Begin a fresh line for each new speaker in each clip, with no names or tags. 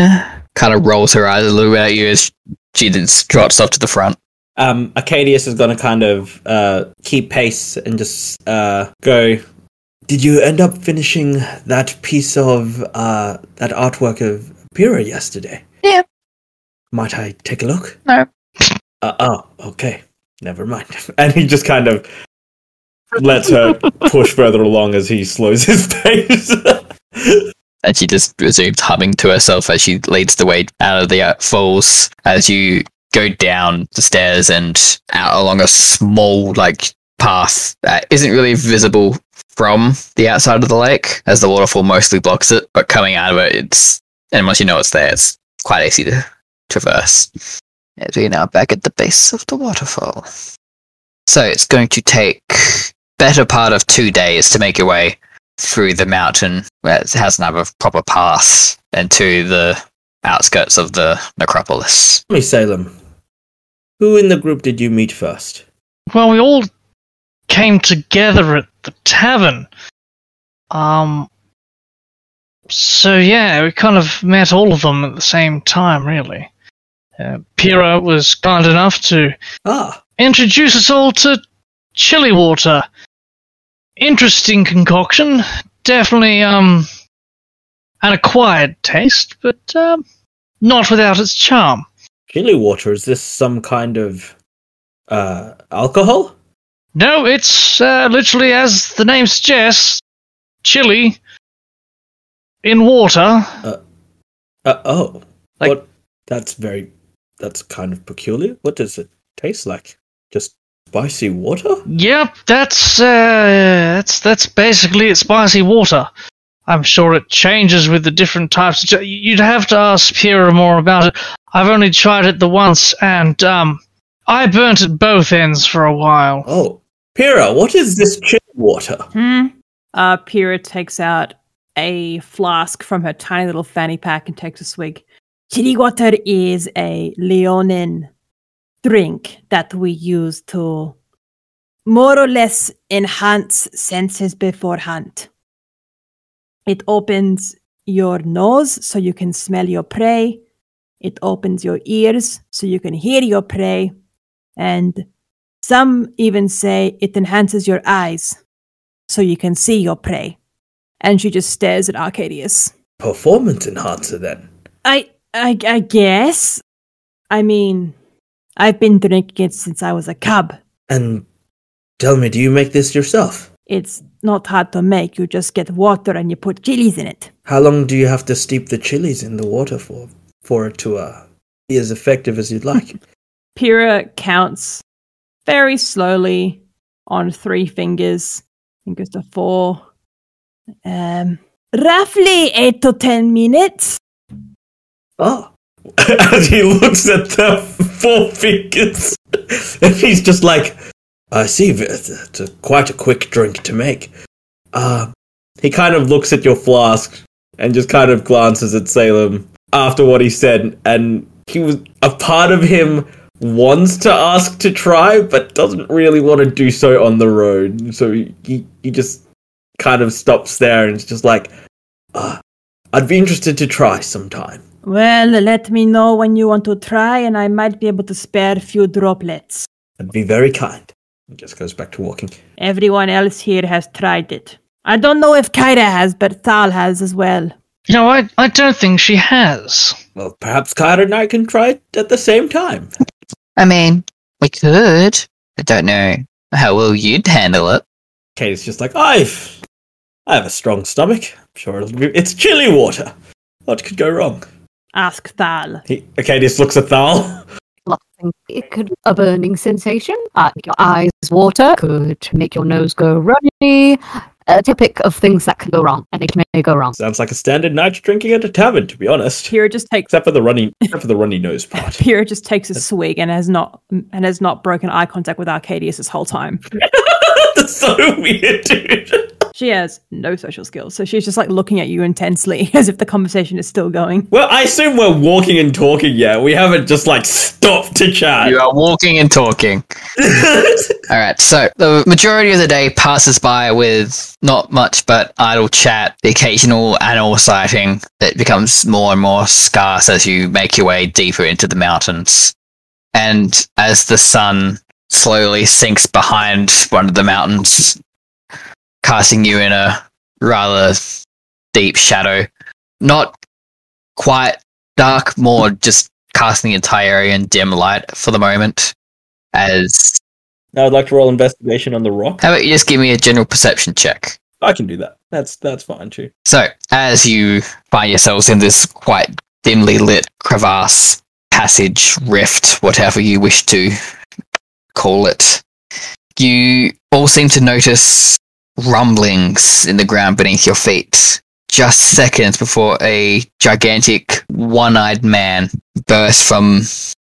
kind of rolls her eyes a little bit at you as she then trots off to the front.
Um, Arcadius is going to kind of uh, keep pace and just uh, go. Did you end up finishing that piece of uh, that artwork of Pyrrha yesterday?
Yeah.
Might I take a look?
No.
Uh, oh, okay. Never mind. And he just kind of lets her push further along as he slows his pace.
And she just resumes humming to herself as she leads the way out of the uh, falls. As you go down the stairs and out along a small, like, path that isn't really visible from the outside of the lake, as the waterfall mostly blocks it. But coming out of it, it's, and once you know it's there, it's quite easy to traverse. As we are now back at the base of the waterfall. So it's going to take better part of two days to make your way through the mountain where it has another proper path and to the outskirts of the necropolis.
Tell me, Salem, who in the group did you meet first?
Well, we all came together at the tavern. Um. So yeah, we kind of met all of them at the same time, really. Uh, Pyrrha was kind enough to
Ah,
introduce us all to chili water. Interesting concoction. Definitely um an acquired taste, but um, not without its charm.
chili water. Is this some kind of uh, alcohol?
No, it's uh, literally as the name suggests, chili in water.
Uh, oh,
Like-
what? That's very. That's kind of peculiar. What does it taste like? Just spicy water?
Yep, that's uh, that's that's basically it. Spicy water. I'm sure it changes with the different types. of ch- You'd have to ask Pyrrha more about it. I've only tried it the once, and um, I burnt at both ends for a while.
Oh, Pyrrha, what is this chili water?
Hmm. Uh, Pyrrha takes out a flask from her tiny little fanny pack and takes a swig. Chili water is a Leonin drink that we use to more or less enhance senses beforehand. It opens your nose so you can smell your prey. It opens your ears so you can hear your prey. And some even say it enhances your eyes so you can see your prey. And she just stares at Arcadius.
Performance enhancer, then.
I, I, I guess. I mean, I've been drinking it since I was a cub.
And tell me, do you make this yourself?
It's not hard to make. You just get water and you put chilies in it.
How long do you have to steep the chilies in the water for, for it to uh, be as effective as you'd like?
Pyrrha counts very slowly on three fingers and goes to four. Um, roughly eight to ten minutes.
Ah. As he looks at the four fingers, and he's just like, I see, v- it's it's a, quite a quick drink to make. Uh, he kind of looks at your flask and just kind of glances at Salem after what he said, and he was a part of him wants to ask to try, but doesn't really want to do so on the road. So he, he, he just kind of stops there and is just like, uh, I'd be interested to try sometime.
Well, let me know when you want to try, and I might be able to spare a few droplets.
and be very kind. He just goes back to walking.
Everyone else here has tried it. I don't know if Kyra has, but Thal has as well.
You know, I I don't think she has.
Well, perhaps Kyra and I can try it at the same time.
I mean, we could. I don't know how well you'd handle it.
Katie's just like, I've, I have a strong stomach. I'm sure it'll be, it's chilly water. What could go wrong?
Ask Thal.
He, Arcadius looks at Thal.
laughing. It could a burning sensation. Uh, your eyes water could make your nose go runny. A typic of things that can go wrong, and it may go wrong.
Sounds like a standard night drinking at a tavern, to be honest.
Pyrrha just takes
Except for the runny, except for the runny nose part.
Pyrrha just takes a swig and has not and has not broken eye contact with Arcadius this whole time.
That's so weird, dude.
She has no social skills, so she's just like looking at you intensely as if the conversation is still going.
Well, I assume we're walking and talking. Yeah, we haven't just like stopped to chat.
You are walking and talking. All right, so the majority of the day passes by with not much but idle chat, the occasional animal sighting that becomes more and more scarce as you make your way deeper into the mountains. And as the sun slowly sinks behind one of the mountains, casting you in a rather deep shadow, not quite dark, more just casting the entire area in dim light for the moment. As
Now I'd like to roll investigation on the rock.
how about you just give me a general perception check?
I can do that. That's that's fine too.
So, as you find yourselves in this quite dimly lit crevasse, passage, rift, whatever you wish to call it, you all seem to notice rumblings in the ground beneath your feet. Just seconds before a gigantic, one eyed man bursts from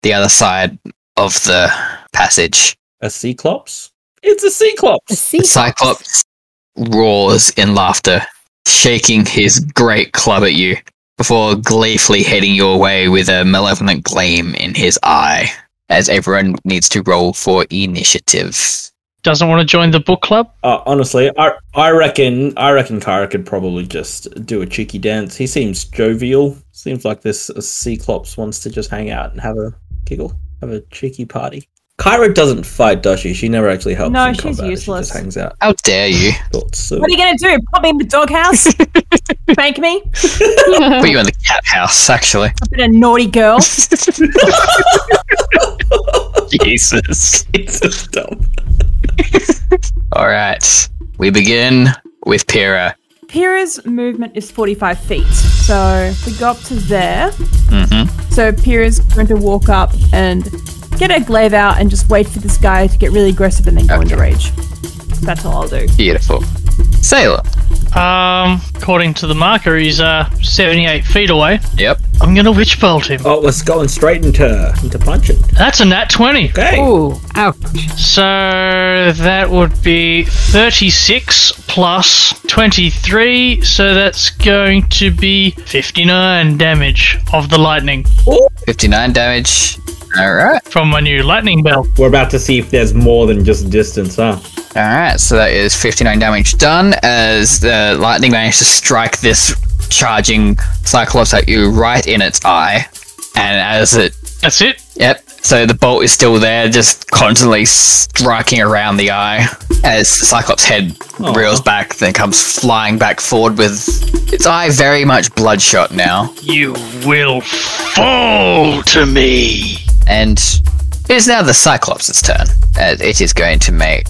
the other side of the passage.
A cyclops? It's a
The
cyclops.
The
sea
Cyclops roars in laughter, shaking his great club at you before gleefully heading your way with a malevolent gleam in his eye. As everyone needs to roll for initiative.
Doesn't want to join the book club?
Uh, honestly, I I reckon I reckon Kara could probably just do a cheeky dance. He seems jovial. Seems like this uh, cyclops wants to just hang out and have a giggle, have a cheeky party. Kyra doesn't fight, does she? She never actually helps.
No,
in
she's
combat.
useless.
She just hangs out.
How dare you?
Thought so.
What are you gonna do? Put me in the doghouse? Spank me?
Put you in the cat house, actually.
I've been a naughty girl.
Jesus.
It's just dumb.
All right. We begin with Pyrrha.
Pyrrha's movement is 45 feet. So if we go up to there.
Mm-hmm.
So Pyrrha's going to walk up and get her glaive out and just wait for this guy to get really aggressive and then go into rage. That's all I'll do.
Beautiful. Sailor.
Um, according to the marker, he's uh 78 feet away.
Yep.
I'm gonna witch bolt him.
Oh, it's going straight into into punching.
That's a nat 20.
Okay.
Ooh, ouch.
So that would be 36 plus 23. So that's going to be 59 damage of the lightning
59 damage. All right.
from my new lightning bell.
We're about to see if there's more than just distance, huh?
All right, so that is 59 damage done as the lightning managed to strike this charging cyclops at you right in its eye. And as it,
That's it.
yep, so the bolt is still there, just constantly striking around the eye as the cyclops' head reels back, then comes flying back forward with its eye very much bloodshot now.
You will fall to me.
And it is now the Cyclops' turn. And it is going to make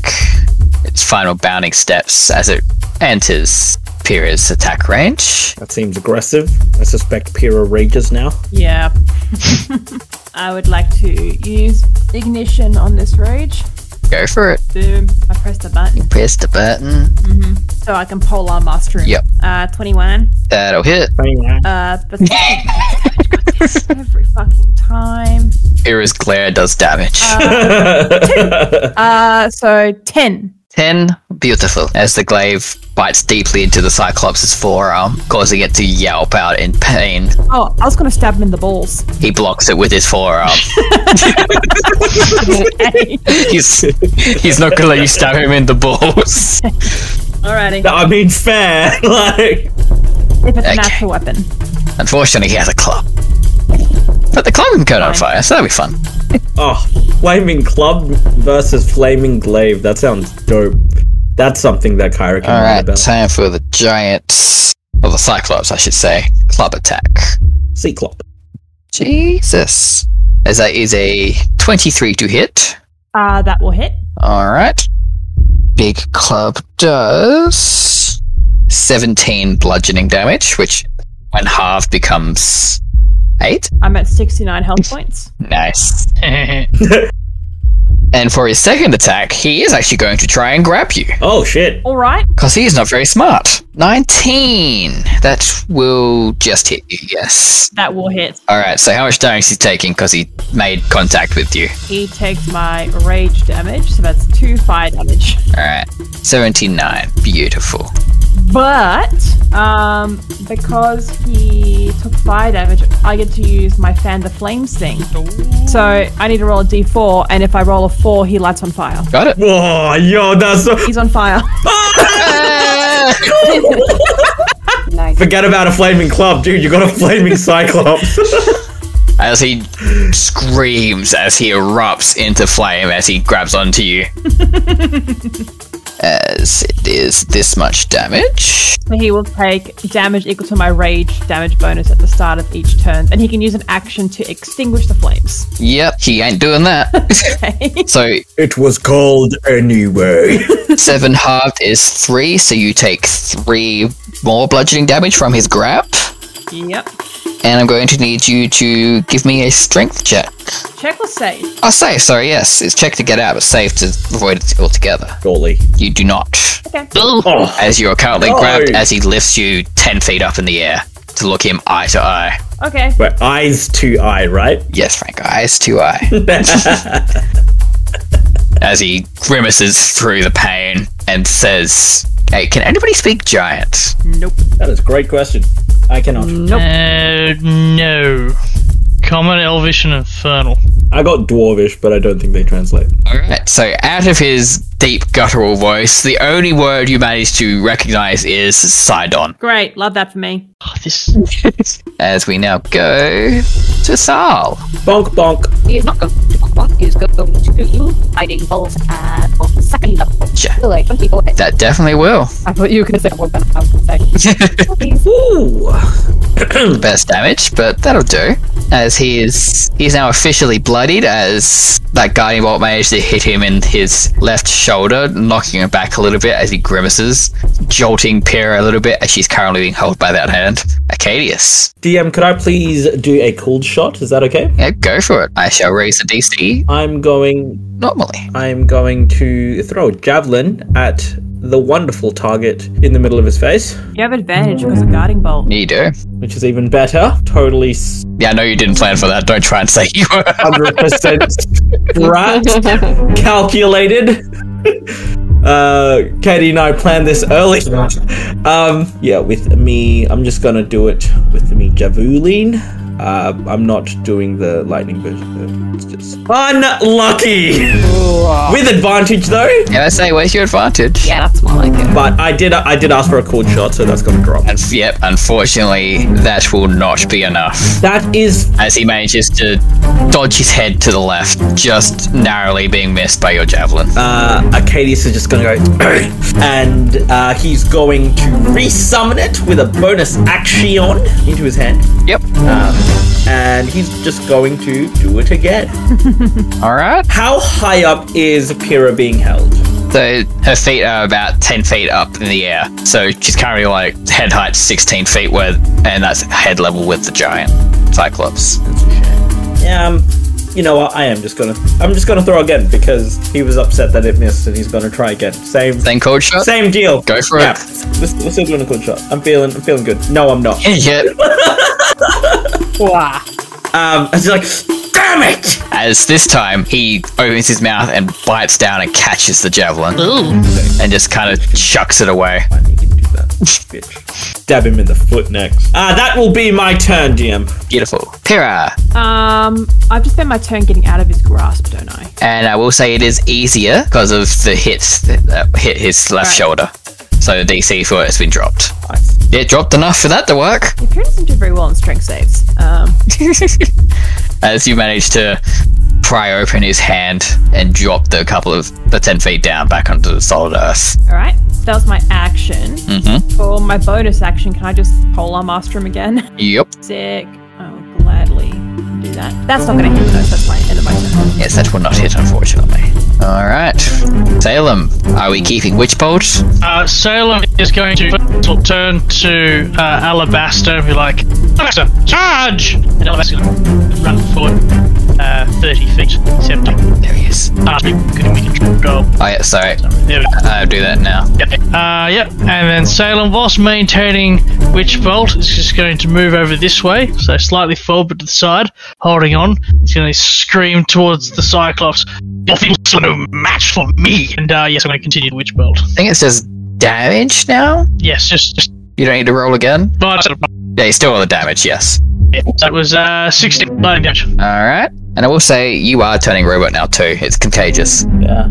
its final bounding steps as it enters Pyrrha's attack range.
That seems aggressive. I suspect Pyrrha rages now.
Yeah. I would like to use ignition on this rage.
Go for it.
Boom. I press the button
Press the button.
so I can polar master him.
Yep.
Uh, 21.
That'll hit.
Uh, but every fucking time.
Pyrrha's glare does damage.
Uh, so 10.
10. Beautiful. As the glaive bites deeply into the Cyclops' forearm, causing it to yelp out in pain.
Oh, I was gonna stab him in the balls.
He blocks it with his forearm. he's, he's not gonna let you stab him in the balls.
Alrighty.
I mean, fair. Like,
If it's
Okay.
a natural weapon.
Unfortunately, he has a club. But the club can catch on fire, so that'll be fun.
oh, flaming club versus flaming glaive. That sounds dope. That's something that Kyra can write
Alright,
about.
time for the giant. Or the Cyclops, I should say. Club attack.
Cyclop.
Jesus. As that is a 23 to hit.
Uh, that will hit.
Alright. Big club does 17 bludgeoning damage, which when halved becomes 8.
I'm at 69 health points.
Nice.
That's
And for his second attack, he is actually going to try and grab you.
Oh shit.
Alright.
Because he is not very smart. 19. That will just hit you, yes.
That will hit.
Alright, so how much damage is he taking because he made contact with you?
He takes my rage damage, so that's two fire damage.
Alright, 79. Beautiful.
But um, because he took fire damage, I get to use my fan the flames thing. So I need to roll a d4, and if I roll a four, he lights on fire.
Got it.
Whoa, yo, that's so.
He's on fire.
Nice.
Forget about a flaming club, dude. You got a flaming cyclops.
as he screams as he erupts into flame as he grabs onto you. as it is this much damage.
So he will take damage equal to my rage damage bonus at the start of each turn, and he can use an action to extinguish the flames.
Yep, he ain't doing that.
Okay.
so
it was cold anyway.
seven halved is three, so you take three more bludgeoning damage from his grab.
yep.
And I'm going to need you to give me a strength check.
Check or save.
Oh, save, sorry, yes. It's check to get out, but save to avoid it altogether.
Golly.
You do not.
Okay.
Oh,
As you are currently grabbed
No.
as he lifts you 10 feet up in the air to look him eye to eye.
Okay.
but eyes to eye, right?
Yes, Frank, eyes to eye. as he grimaces through the pain and says, Hey, can anybody speak giant?
Nope.
That is a great question. I cannot.
Uh, no. Common, Elvish, and Infernal.
I got dwarvish, but I don't think they translate.
Alright, so out of his deep guttural voice, the only word you manage to recognize is Sidon.
Great. Love that for me.
Oh, this.
As we now go to Sal.
Bonk bonk.
He is not going to pop one. He is going to hiding balls at on second level.
Sure.
Still a 24 hit.
That definitely will.
I thought you were going to say one, but I was going to say. Please.
Ooh.
Best damage, but that'll do. As he is he's now officially bloodied as that guardian bolt managed to hit him in his left shoulder, knocking him back a little bit as he grimaces, jolting Pyrrha a little bit as she's currently being held by that hand. Acadius.
DM, could I please do a cold shot? Is that okay?
Yeah, go for it. I shall raise the DC
I'm going.
normally.
I'm going to throw a javelin at the wonderful target in the middle of his face,
You have advantage because of guarding bolt.
You do.
which is even better. Totally
Yeah, I know you didn't plan for that. Don't try and say you were.
hundred percent strat calculated. Uh, Katie and I planned this early. Um, yeah, with me, I'm just gonna do it with me javuline. Uh, I'm not doing the lightning version. It's just unlucky with advantage though.
Can I say, where's your advantage?
yeah, that's more like it.
But I did I did ask for a cold shot, so that's gonna drop.
Unf- Yep, unfortunately, that will not be enough.
That is
As he manages to dodge his head to the left, just narrowly being missed by your javelin.
uh, Arcadius is just gonna go, and uh, he's going to resummon it with a bonus action into his hand, Um,
Yep.
and he's just going to do it again.
Alright.
How high up is Pyrrha being held?
So her feet are about 10 feet up in the air. So she's currently like head height 16 feet, where, and that's head level with the giant Cyclops.
Um, you know what? I am just gonna I'm just gonna throw again because he was upset that it missed, and he's gonna try again. Same.
Then cold shot?
Same deal.
Go for
yeah.
it.
We're, we're still doing a good shot. I'm feeling, I'm feeling good. No, I'm not.
Yep.
Um, and she's like, damn it!
As this time he opens his mouth and bites down and catches the javelin and just kind of chucks it away.
I need to do that, bitch. Stab him in the foot next. Ah, that will be my turn, DM.
Beautiful. Pyrrha.
Um, I've just spent my turn getting out of his grasp, don't I?
And I will say it is easier because of the hits that uh, hit his left
Right.
shoulder. So the DC for it has been dropped.
Nice.
Yeah, dropped enough for that to work.
Your parents doesn't do very well on strength saves. Um,
As you manage to pry open his hand and drop the couple of the 10 feet down back onto the solid earth.
all right. That was my action.
Mm-hmm.
For my bonus action, can I just polar master him again?
Yep.
Sick. I will gladly do that. That's not going to hit though. so That's my end of my turn.
Yes, that will not hit, unfortunately. All right. Salem, are we keeping Witch Bolt?
Uh, Salem is going to t- turn to uh, Alabaster and be like, Alabaster, charge! And Alabaster's going to run forward uh, 30 feet, 70.
There he is.
Ah, we can we can control.
Oh, yeah, sorry.
There we go.
I'll do that now.
Okay. Uh, yep. And then Salem, whilst maintaining Witch Bolt, is just going to move over this way, so slightly forward but to the side, holding on. He's going to scream towards the Cyclops, Nothing's no match for me! And uh, yes, I'm going to continue the Witch Bolt.
I think it says damage now?
Yes, just. just
You don't need to roll again?
but
Yeah, you still roll the damage, yes.
that was uh, 16 lightning damage.
Alright. And I will say you are turning robot now too. It's contagious.
Yeah.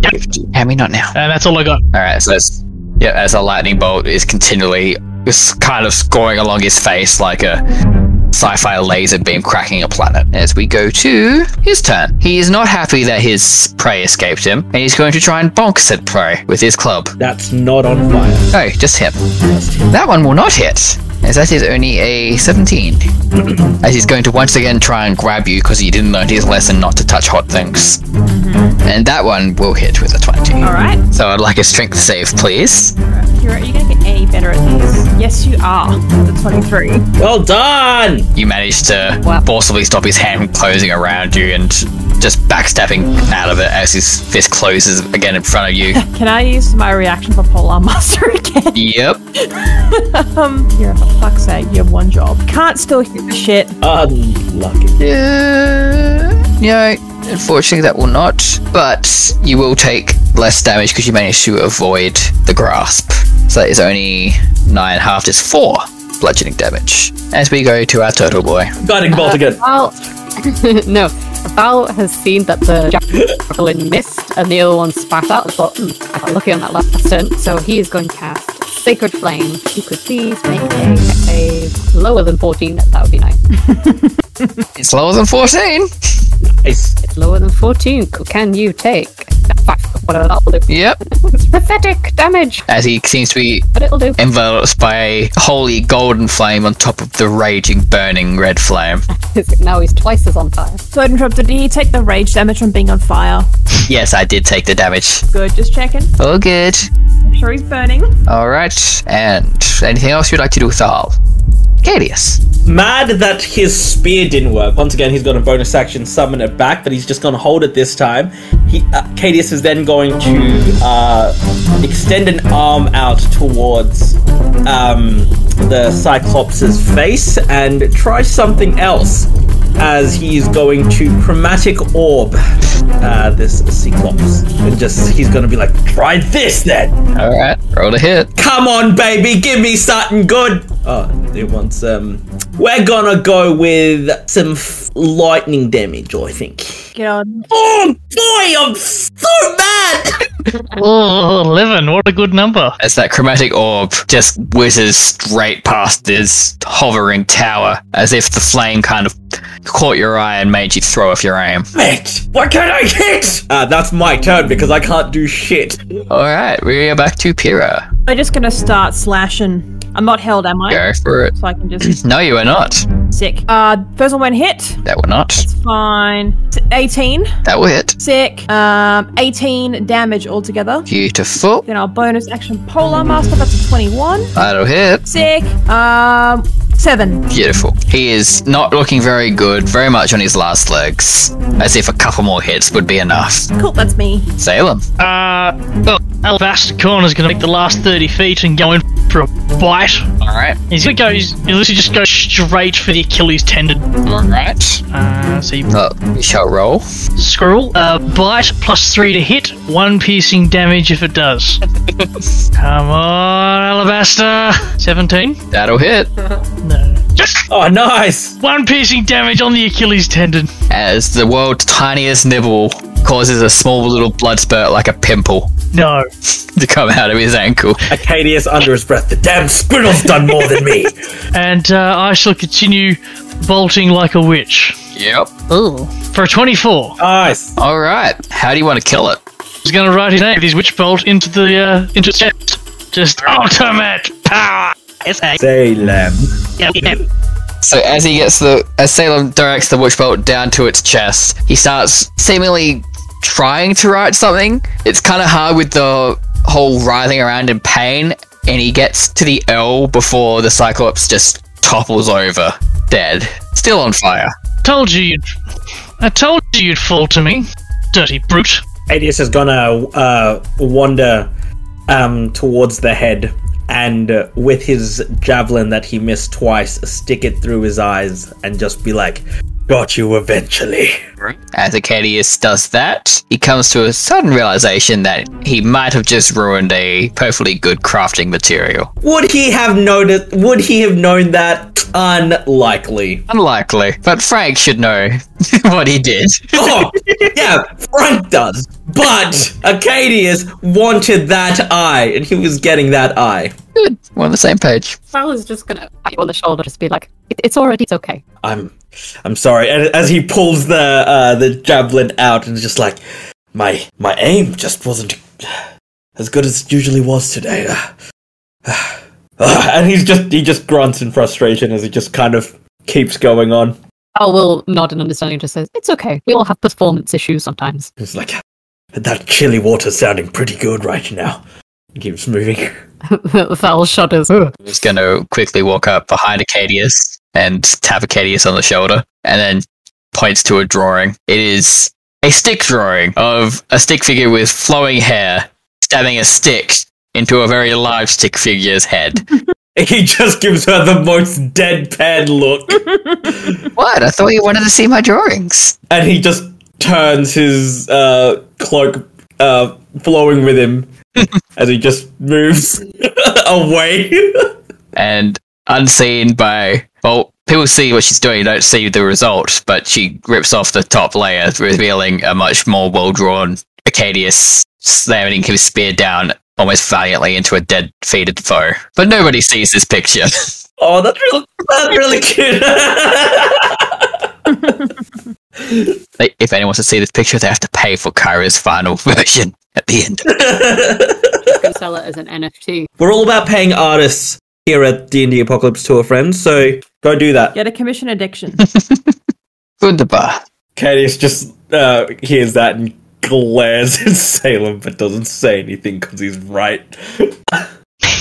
Hand me not now.
And that's all I got.
Alright, so that's Yeah, as a lightning bolt is continually s- kind of going along his face like a sci-fi laser beam cracking a planet. As we go to his turn, he is not happy that his prey escaped him, and he's going to try and bonk said prey with his club.
That's not on fire.
Oh, just him.
Just him.
That one will not hit, as that is only a 17. as he's going to once again try and grab you because he didn't learn his lesson not to touch hot things. And that one will hit with a 20.
All right.
So I'd like a strength save, please.
Kira, are you going to get any better at these? Yes, you are. The 23.
Well done!
You manage to forcibly stop his hand closing around you and just backstabbing out of it as his fist closes again in front of you.
Can I use my reaction for Polar Master again?
yep.
Um, Kira, for fuck's sake, you have one job. Can't still hit shit.
Unlucky.
Yeah. No, unfortunately, that will not. But you will take less damage because you managed to avoid the grasp. So that is only nine half is four bludgeoning damage. As we go to our turtle boy.
Guiding bolt again.
Val, no, Val has seen that the javelin missed and the other one spat out. and Thought, mm, I got lucky on that last turn, so he is going to cast Sacred Flame. If you could please make a save lower than 14, that would be nice.
It's lower than 14.
Nice.
It's lower than 14. Can you take? Fuck, Whatever that will do.
Yep.
It's pathetic damage,
As he seems to be
but it'll do.
enveloped by a holy golden flame on top of the raging, burning red flame.
Now he's twice as on fire.
So interrupted. Did he take the rage damage from being on fire?
Yes, I did take the damage.
Good. Just checking.
All good.
I'm sure he's burning.
All right. And anything else you'd like to do with the hull? Cadius.
Mad that his spear didn't work. Once again, he's got a bonus action summon it back, but he's just gonna hold it this time. He, uh, Cadius is then going to uh, extend an arm out towards um, the Cyclops' face and try something else, as he is going to chromatic orb uh, this Cyclops, and just he's gonna be like, try this then.
All right. Roll to hit.
Come on, baby, give me something good. Oh, it wants um. We're gonna go with some f- lightning damage, I think.
Get on.
Oh boy, I'm so mad.
Oh, 11, what a good number.
as that chromatic orb just whizzes straight past this hovering tower, as if the flame kind of caught your eye and made you throw off your aim.
Mate, why can't I hit? Uh, that's my turn because I can't do shit.
All right, we are back to Pyrrha.
I'm just going to start slashing. I'm not held, am I?
Go for it.
So I can just
No, you are not.
sick. Uh, first one went hit.
That will not.
It's fine. It's 18.
That will hit.
Sick. Um, 18 damage altogether.
Beautiful.
Then our bonus action Polar Master. That's a 21.
That'll hit.
Sick. Um, seven.
Beautiful. He is not looking very good, very much on his last legs, as if a couple more hits would be enough.
Cool. That's me.
Salem.
Uh, well, Alabaster Corner's gonna make the last 30 feet and go in for a bite.
All right.
He's gonna go, he's, he'll literally just go straight for the Achilles tendon.
All right.
Uh, so you
Well, we shall roll.
scroll, uh, bite plus three to hit, one piercing damage if it does. Come on, Alabaster! 17?
That'll hit.
No. Yes!
Oh, nice.
One piercing damage on the Achilles tendon.
as the world's tiniest nibble causes a small little blood spurt like a pimple
No.
to come out of his ankle.
Acadius under his breath. The damn squirrel's done more than me.
And uh, I shall continue bolting like a witch.
Yep.
Ooh. For a 24.
Nice.
All right. How do you want to kill it?
He's gonna write his name, his witch bolt, into the uh, into the chest. Just ultimate power. It's a
Salem.
yeah, yeah.
So as he gets the as Salem directs the witch bolt down to its chest, he starts seemingly trying to write something. It's kind of hard with the whole writhing around in pain, and he gets to the L before the Cyclops just topples over, dead, still on fire.
Told you you'd. I told you you'd fall to me, dirty brute.
Adius is gonna uh, wander um, towards the head and uh, with his javelin that he missed twice, stick it through his eyes and just be like, Got you eventually.
As Acadius does that, he comes to a sudden realization that he might have just ruined a perfectly good crafting material.
Would he have noticed? Would he have known that? Unlikely.
Unlikely, but Frank should know what he did.
Oh, yeah, Frank does. But Acadius wanted that eye, and he was getting that eye.
Good. We're on the same page.
Val is just gonna pat you on the shoulder, just be like, "It- "It's already, it's okay."
I'm, I'm sorry. And as he pulls the uh, the javelin out, and is just like, my my aim just wasn't as good as it usually was today. Ah. Ah. and he's just he just grunts in frustration as he just kind of keeps going on.
Val will nod in understanding, and just says, "It's okay. We all have performance issues sometimes."
He's like, that chilly water's sounding pretty good right now. He keeps moving.
Val shudders.
I'm just going to quickly walk up behind Acadius and tap Acadius on the shoulder and then points to a drawing. It is a stick drawing of a stick figure with flowing hair stabbing a stick into a very large stick figure's head.
He just gives her the most deadpan look.
what? I thought you wanted to see my drawings.
and he just turns his uh, cloak uh, flowing with him as he just moves away.
And unseen by, well, people see what she's doing, don't see the result, but she rips off the top layer, revealing a much more well drawn Acadius slamming his spear down almost valiantly into a dead, defeated foe. But nobody sees this picture.
oh, that's really, that's really cute.
They- if anyone wants to see this picture, they have to pay for Kyra's final version at the end.
Go sell it as an NFT.
We're all about paying artists here at D&D Apocalypse Tour, friends, so go do that.
Get a commission addiction.
Wunderbar.
Cadius just uh, hears that and glares at Salem but doesn't say anything because he's right.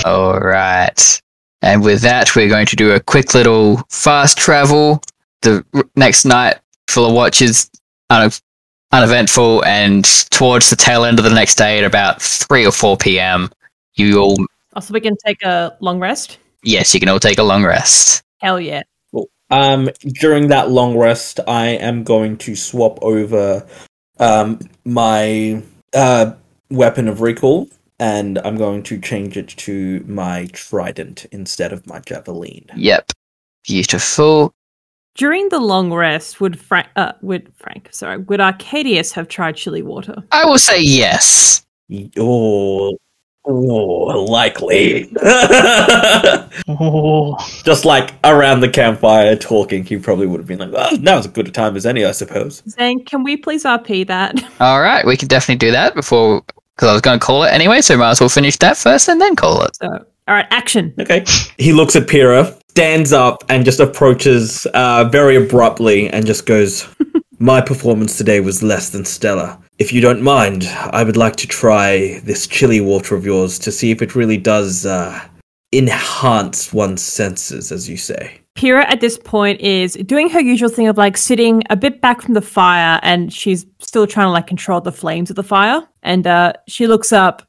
All right. And with that, we're going to do a quick little fast travel. The r- next night, full of watches, un- uneventful, and towards the tail end of the next day at about 3 or 4 p.m., you all,
also, we can take a long rest.
yes, you can all take a long rest.
Hell yeah.
Um, during that long rest, I am going to swap over um, my uh, weapon of recall, and I'm going to change it to my trident instead of my javelin.
Yep. Beautiful.
During the long rest, would Frank, uh, would Frank, sorry, would Arcadius have tried chili water?
I will say yes.
Oh, oh likely.
Oh,
Just like around the campfire talking, he probably would have been like, oh, "Now's as good a time as any, I suppose."
Zane, can we please RP that?
All right, we can definitely do that before, because I was going to call it anyway, so might as well finish that first and then call it.
So, all right, action.
Okay. He looks at Pyrrha, stands up, and just approaches uh, very abruptly and just goes, My performance today was less than stellar. If you don't mind, I would like to try this chili water of yours to see if it really does uh, enhance one's senses, as you say.
Pyrrha at this point is doing her usual thing of like sitting a bit back from the fire and she's still trying to like control the flames of the fire. And uh, she looks up.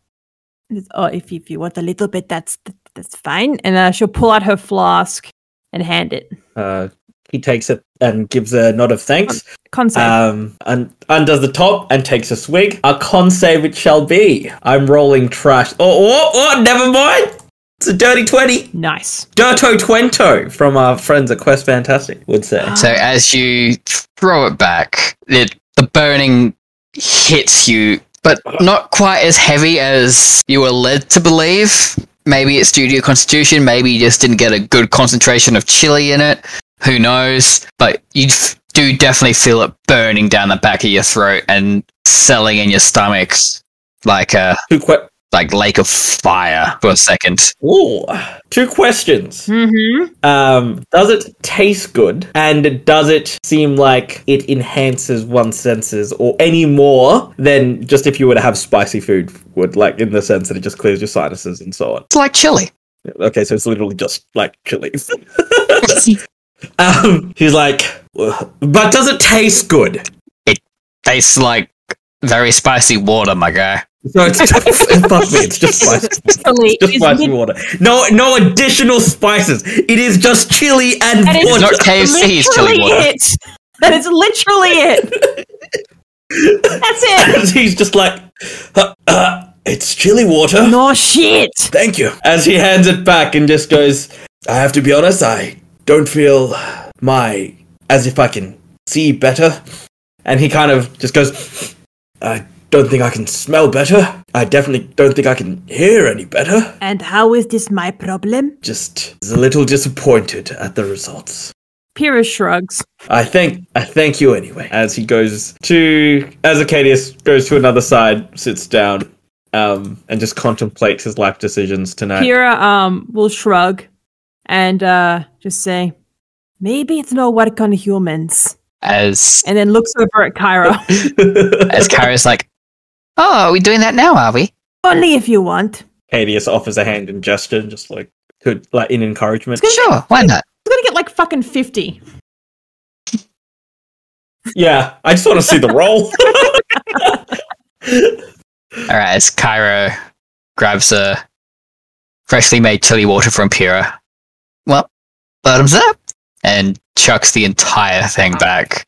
and says, Oh, if, if you want a little bit, that's that's fine. And uh, she'll pull out her flask and hand it.
Uh, he takes it and gives a nod of thanks,
Concept.
Uh,
um, and undoes the top and takes a swig. A con save it shall be. I'm rolling trash. Oh, oh, oh, never mind. It's a dirty 20.
nice.
Dirto Twento from our friends at Quest Fantastic would say.
So as you throw it back, it, the burning hits you, but not quite as heavy as you were led to believe. Maybe it's due to your constitution. Maybe you just didn't get a good concentration of chili in it. Who knows? But you f- do definitely feel it burning down the back of your throat and selling in your stomach like a
Two que-
like lake of fire for a second.
Ooh. Two questions.
Hmm.
Mm-hmm.
Um, does it taste good? And does it seem like it enhances one's senses or any more than just if you were to have spicy food would, like in the sense that it just clears your sinuses and so on?
It's like chili.
Okay, so it's literally just like chilies. um, he's like, "Ugh, but does it taste good?
Tastes like very spicy water, my guy.
No, it's fuck me, it's just spicy.
Chili
just
is
spicy
mid-
water. No, no additional spices. It is just chili and
That is
It's
water.
not KFC, it's chili
literally
water.
it. That is literally it. That's it.
As he's just like, "Uh, uh, it's chili water.
No shit.
Thank you. As he hands it back and just goes, I have to be honest, I don't feel my as if I can see better. And he kind of just goes, I don't think I can smell better. I definitely don't think I can hear any better.
And how is this my problem?
Just is a little disappointed at the results.
Pyrrha shrugs.
I thank I thank you anyway. As he goes to as Acadius goes to another side, sits down, um, and just contemplates his life decisions tonight.
Pyrrha um will shrug and uh just say, Maybe it's no work on humans.
As
And then looks over at Cairo.
as Kara's like, oh, are we doing that now? Are we?
Only if you want.
Acadius offers a hand in gesture, just like to like in encouragement.
Sure, why not?
He's gonna get like fucking fifty.
yeah, I just want to see the roll.
All right, as Cairo grabs a freshly made chili water from Pyrrha. Well, bottoms up, and chucks the entire thing back.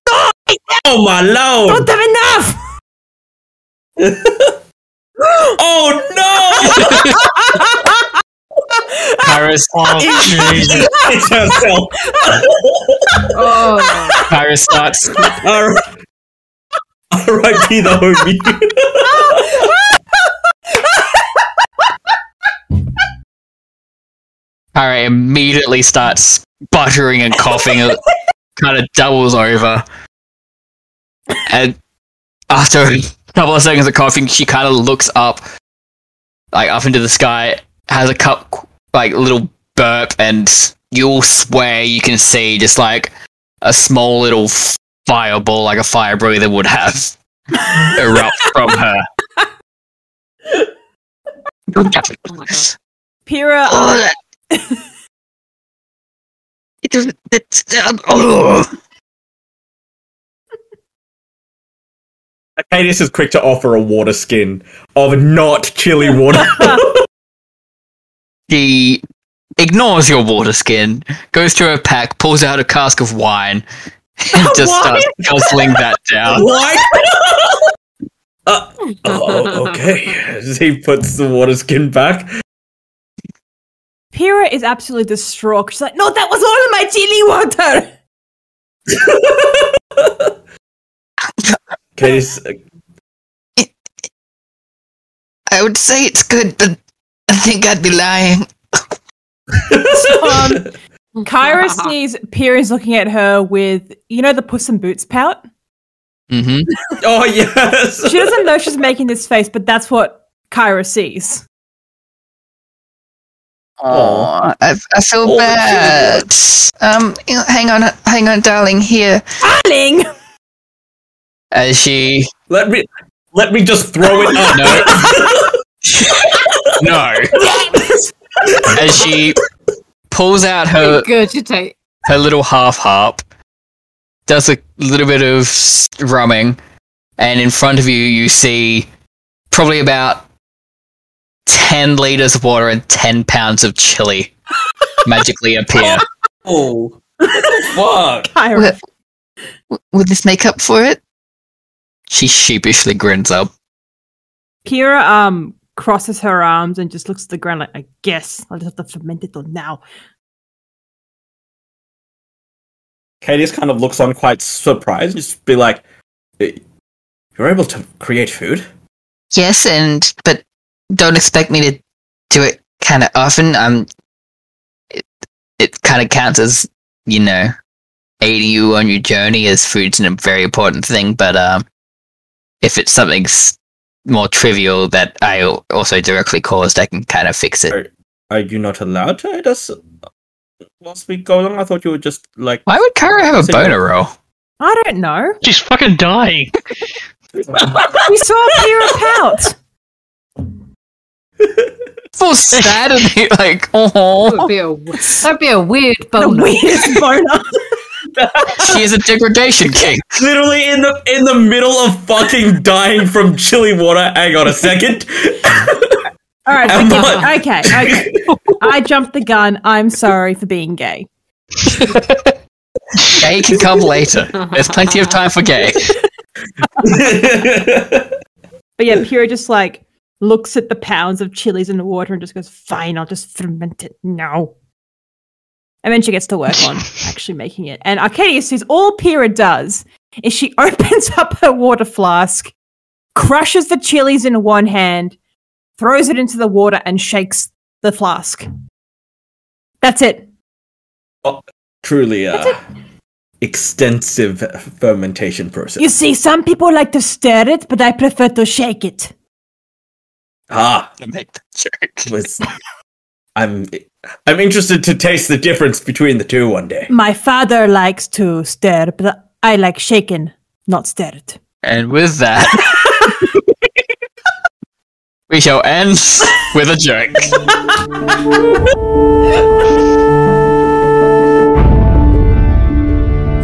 oh my lord!
Don't have enough!
Oh no!
Kairos,
Oh, Jesus.
it's herself.
Oh,
Cairo starts.
All right. R.I.P. the homie.
Cairo immediately starts buttering and coughing. It kind of doubles over, and after a couple of seconds of coughing, she kind of looks up, like up into the sky, has a cup, like little burp, and you'll swear you can see just like a small little fireball, like a fire breather would have, erupt from her.
oh my god.
Pyrrha uh,
Oh, that- it was that. that- oh.
Acadius is quick to offer a water skin of not chili water.
She ignores your water skin, goes to her pack, pulls out a cask of wine, and just starts guzzling that down.
what? Uh, oh, okay. As he puts the water skin back.
Pyrrha is absolutely distraught. She's like, no, that was all my chili water!
Acadius, uh,
I would say it's good, but I think I'd be lying.
Um, Kyra sees Pyrrha is looking at her with, you know, the Puss in Boots pout?
Mm-hmm.
oh yes.
She doesn't know she's making this face, but that's what Kyra sees.
Oh, I, I feel
Oh,
bad. Um, hang on, hang on, darling. Here,
Darling!
as she
Let me let me just throw it up.
No. no. As she pulls out her,
Regurgitate.
her little half harp, does a little bit of drumming, and in front of you, you see probably about 10 liters of water and 10 pounds of chili magically appear.
Oh, fuck.
Kyra.
Will this make up for it? She sheepishly grins up.
Pyrrha um, crosses her arms and just looks at the ground like, I guess I'll just have to ferment it all now.
Acadius kind of looks on quite surprised, just be like, "Eh, "You're able to create food."
Yes, and but don't expect me to do it kind of often. Um, it it kind of counts as you know, aiding you on your journey as food's a very important thing. But um, if it's something s- more trivial that I al- also directly caused, I can kind of fix it.
Are you not allowed to aid us whilst we go along? I thought you were just like
Why would Kara have a
So-
boner roll?
I don't know.
She's fucking dying.
We saw Pyrrha pout!
So sad and like,
That would
oh,
be a, that'd be a weird
The
bonus.
weirdest boner.
she is a degradation king.
literally in the in the middle of fucking dying from chili water. Hang on a second.
All right,
Am
forgive-
I-
okay, okay. I jumped the gun. I'm sorry for being gay.
Gay can come later. There's plenty of time for gay.
But yeah, Pyrrha just like looks at the pounds of chilies in the water and just goes, "Fine, I'll just ferment it now." And then she gets to work on actually making it. And Arcadius sees all Pyrrha does is she opens up her water flask, crushes the chilies in one hand, throws it into the water, and shakes the flask. That's it.
Truly, uh, extensive fermentation process.
You see, some people like to stir it, but I prefer to shake it.
ah,
to make that joke.
was. I'm I'm interested to taste the difference between the two one day.
My father likes to stir, but I like shaken, not stirred.
And with that, we shall end with a joke.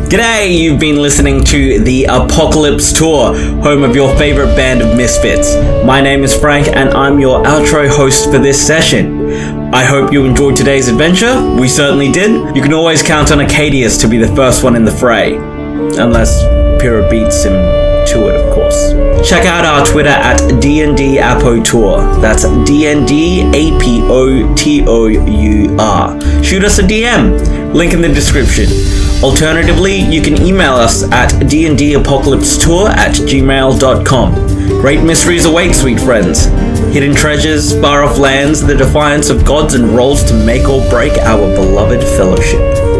G'day, you've been listening to the Apocalypse Tour, home of your favorite band of misfits. My name is Frank, and I'm your outro host for this session. I hope you enjoyed today's adventure. We certainly did. You can always count on Acadius to be the first one in the fray. Unless Pyrrha beats him to it, of course. Check out our Twitter at DND Apo Tour. That's DND A P O T O U R. Shoot us a DM. Link in the description. Alternatively, you can email us at dndapocalypsetour at gmail.com. Great mysteries await, sweet friends. Hidden treasures, far off lands, the defiance of gods, and roles to make or break our beloved fellowship.